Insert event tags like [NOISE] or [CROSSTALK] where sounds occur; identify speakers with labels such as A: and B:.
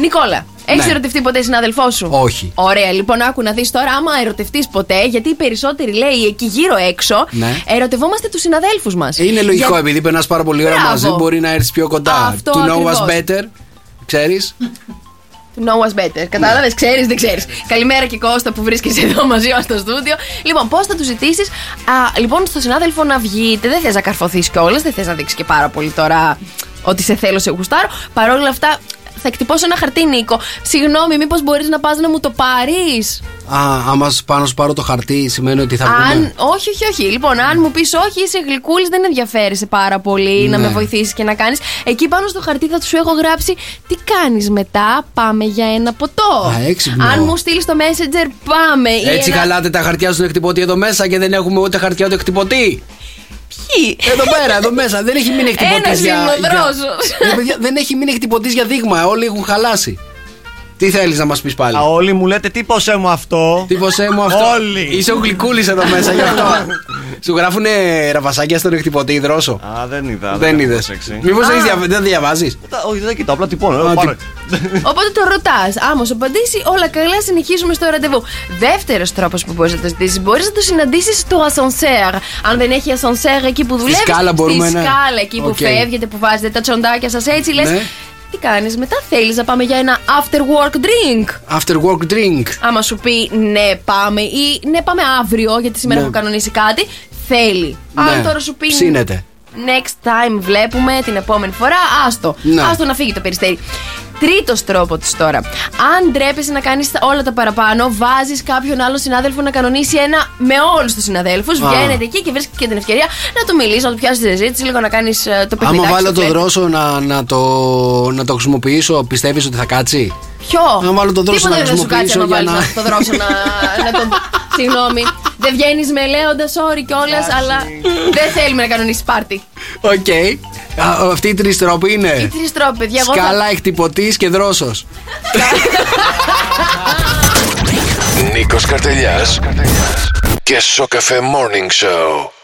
A: Νικόλα, έχεις
B: Ναι.
A: ερωτευτεί ποτέ συνάδελφός σου.
B: Όχι.
A: Ωραία, λοιπόν, άκου να δεις τώρα άμα ερωτευτείς ποτέ, γιατί οι περισσότεροι λέει εκεί γύρω έξω
B: Ναι.
A: ερωτευόμαστε τους συναδέλφους μας.
B: Είναι λογικό, επειδή περνάς πάρα πολύ ώρα
A: Μπράβο.
B: μαζί, μπορεί να έρθεις πιο κοντά.
A: Αυτό
B: to know
A: ακριβώς.
B: us better, ξέρεις.
A: [LAUGHS] No was better. Κατάλαβε, ξέρεις, δεν
B: Ε.
A: ξέρεις. Καλημέρα και Κώστα που βρίσκεσαι εδώ μαζί μας στο στούντιο. Λοιπόν, πώς θα τους ζητήσεις, λοιπόν, στο συνάδελφο να βγείτε. Δεν θες να καρφωθείς κιόλας, δεν θες να δείξεις και πάρα πολύ τώρα ότι σε θέλω, σε γουστάρω. Παρ' όλα αυτά, θα εκτυπώσω ένα χαρτί, Νίκο. Συγγνώμη, μήπως μπορείς να πας να μου το πάρεις.
B: Α, άμα σου- πάνω σου πάρω το χαρτί, σημαίνει ότι θα βγούμε.
A: Αν. Όχι, όχι, όχι. Λοιπόν, αν μου πεις όχι, είσαι γλυκούλης, δεν ενδιαφέρεσαι πάρα πολύ να
B: Ναι.
A: με βοηθήσεις και να κάνεις. Εκεί πάνω στο χαρτί θα σου έχω γράψει τι κάνεις μετά. Πάμε για ένα ποτό.
B: Α, έξυπνο.
A: Αν μου στείλεις το messenger, πάμε. Ή
B: Έτσι
A: ένα-
B: χαλάτε τα χαρτιά στον εκτυπωτή εδώ μέσα και δεν έχουμε ούτε χαρτιά ούτε εκτυπωτή.
A: Ποιοι.
B: Εδώ πέρα, εδώ μέσα. Δεν έχει μείνει εκτυπωτή.
A: Ένας λιμνοδρόσος.
B: Δεν έχει μείνει εκτυπωτή για δείγμα. Όλοι έχουν χαλάσει. Τι θέλεις να μας πεις πάλι.
C: Α, όλοι μου λέτε τι ποσέ μου αυτό.
B: Τι ποσέ μου αυτό.
C: Όλοι.
B: Είσαι ο γλυκούλη εδώ μέσα γι' αυτό.
C: [LAUGHS]
B: Σου γράφουνε ραβασάκια στον εκτυπωτή, δρόσο.
C: Α, δεν είδα.
B: Δεν
C: έχω
B: είδες.
C: προσέξει.
B: Μήπως
A: Α.
B: δεν διαβάζεις.
C: Τα- Όχι, δεν κοιτάω, απλά τυπώνω. Λέω,
B: Α,
C: πάρε. [LAUGHS]
A: Οπότε το ρωτάς. Άμα σου απαντήσει, όλα καλά, συνεχίζουμε στο ραντεβού. Δεύτερος τρόπος που μπορείς να το ζητήσεις, μπορείς να το συναντήσεις στο ασανσέρ. Αν δεν έχει ασανσέρ εκεί που δουλεύεις.
B: σκάλα μπορούμε να-
A: σκάλα εκεί που
B: Οκ.
A: φεύγετε, που βάζετε τα τσοντάκια σας έτσι, λες.
B: Ναι.
A: Τι κάνεις μετά, θέλεις να πάμε για ένα after work drink.
B: After work drink.
A: Άμα σου πει ναι, πάμε ή ναι, πάμε αύριο, γιατί σήμερα
B: Ναι.
A: έχω κανονίσει κάτι, θέλει. Αν
B: Ναι.
A: τώρα σου πει.
B: Ψήνεται.
A: Next time βλέπουμε την επόμενη φορά. Άστο.
B: Ναι.
A: Άστο να φύγει το περιστέρι. Τρίτος τρόπος τη τώρα. Αν ντρέπεσαι να κάνεις όλα τα παραπάνω, βάζεις κάποιον άλλο συνάδελφο να κανονίσει ένα με όλους τους συναδέλφους.
B: Α.
A: Βγαίνετε εκεί και βρίσκεται και την ευκαιρία να του μιλήσεις, να του πιάσεις τη συζήτηση, λίγο να κάνεις το παιχνίδι.
B: Άμα βάλω το δρόσο να, να, το, να το χρησιμοποιήσω, πιστεύεις ότι θα κάτσει.
A: Ποιο?
B: Αν βάλω το δρόσο
A: Τίποτα
B: να
A: δεν θα σου κάτσει
B: χρησιμοποιήσω
A: άμα
B: για
A: βάλεις
B: να-
A: το δρόσο να, να τον. Συγγνώμη. Δεν βγαίνεις με λέοντας, sorry κιόλας, αλλά δεν θέλουμε να κανονίσεις πάρτι.
B: Οκ. Α, Αυτοί οι τρει τρόποι
A: Οι
B: είναι.
A: τρει τρόποι, παιδιά. εγώ θα-
B: Σκάλα, εκτυπωτής και δρόσος.
D: Νίκος Καρτελιάς και Σοκαφέ Morning Show.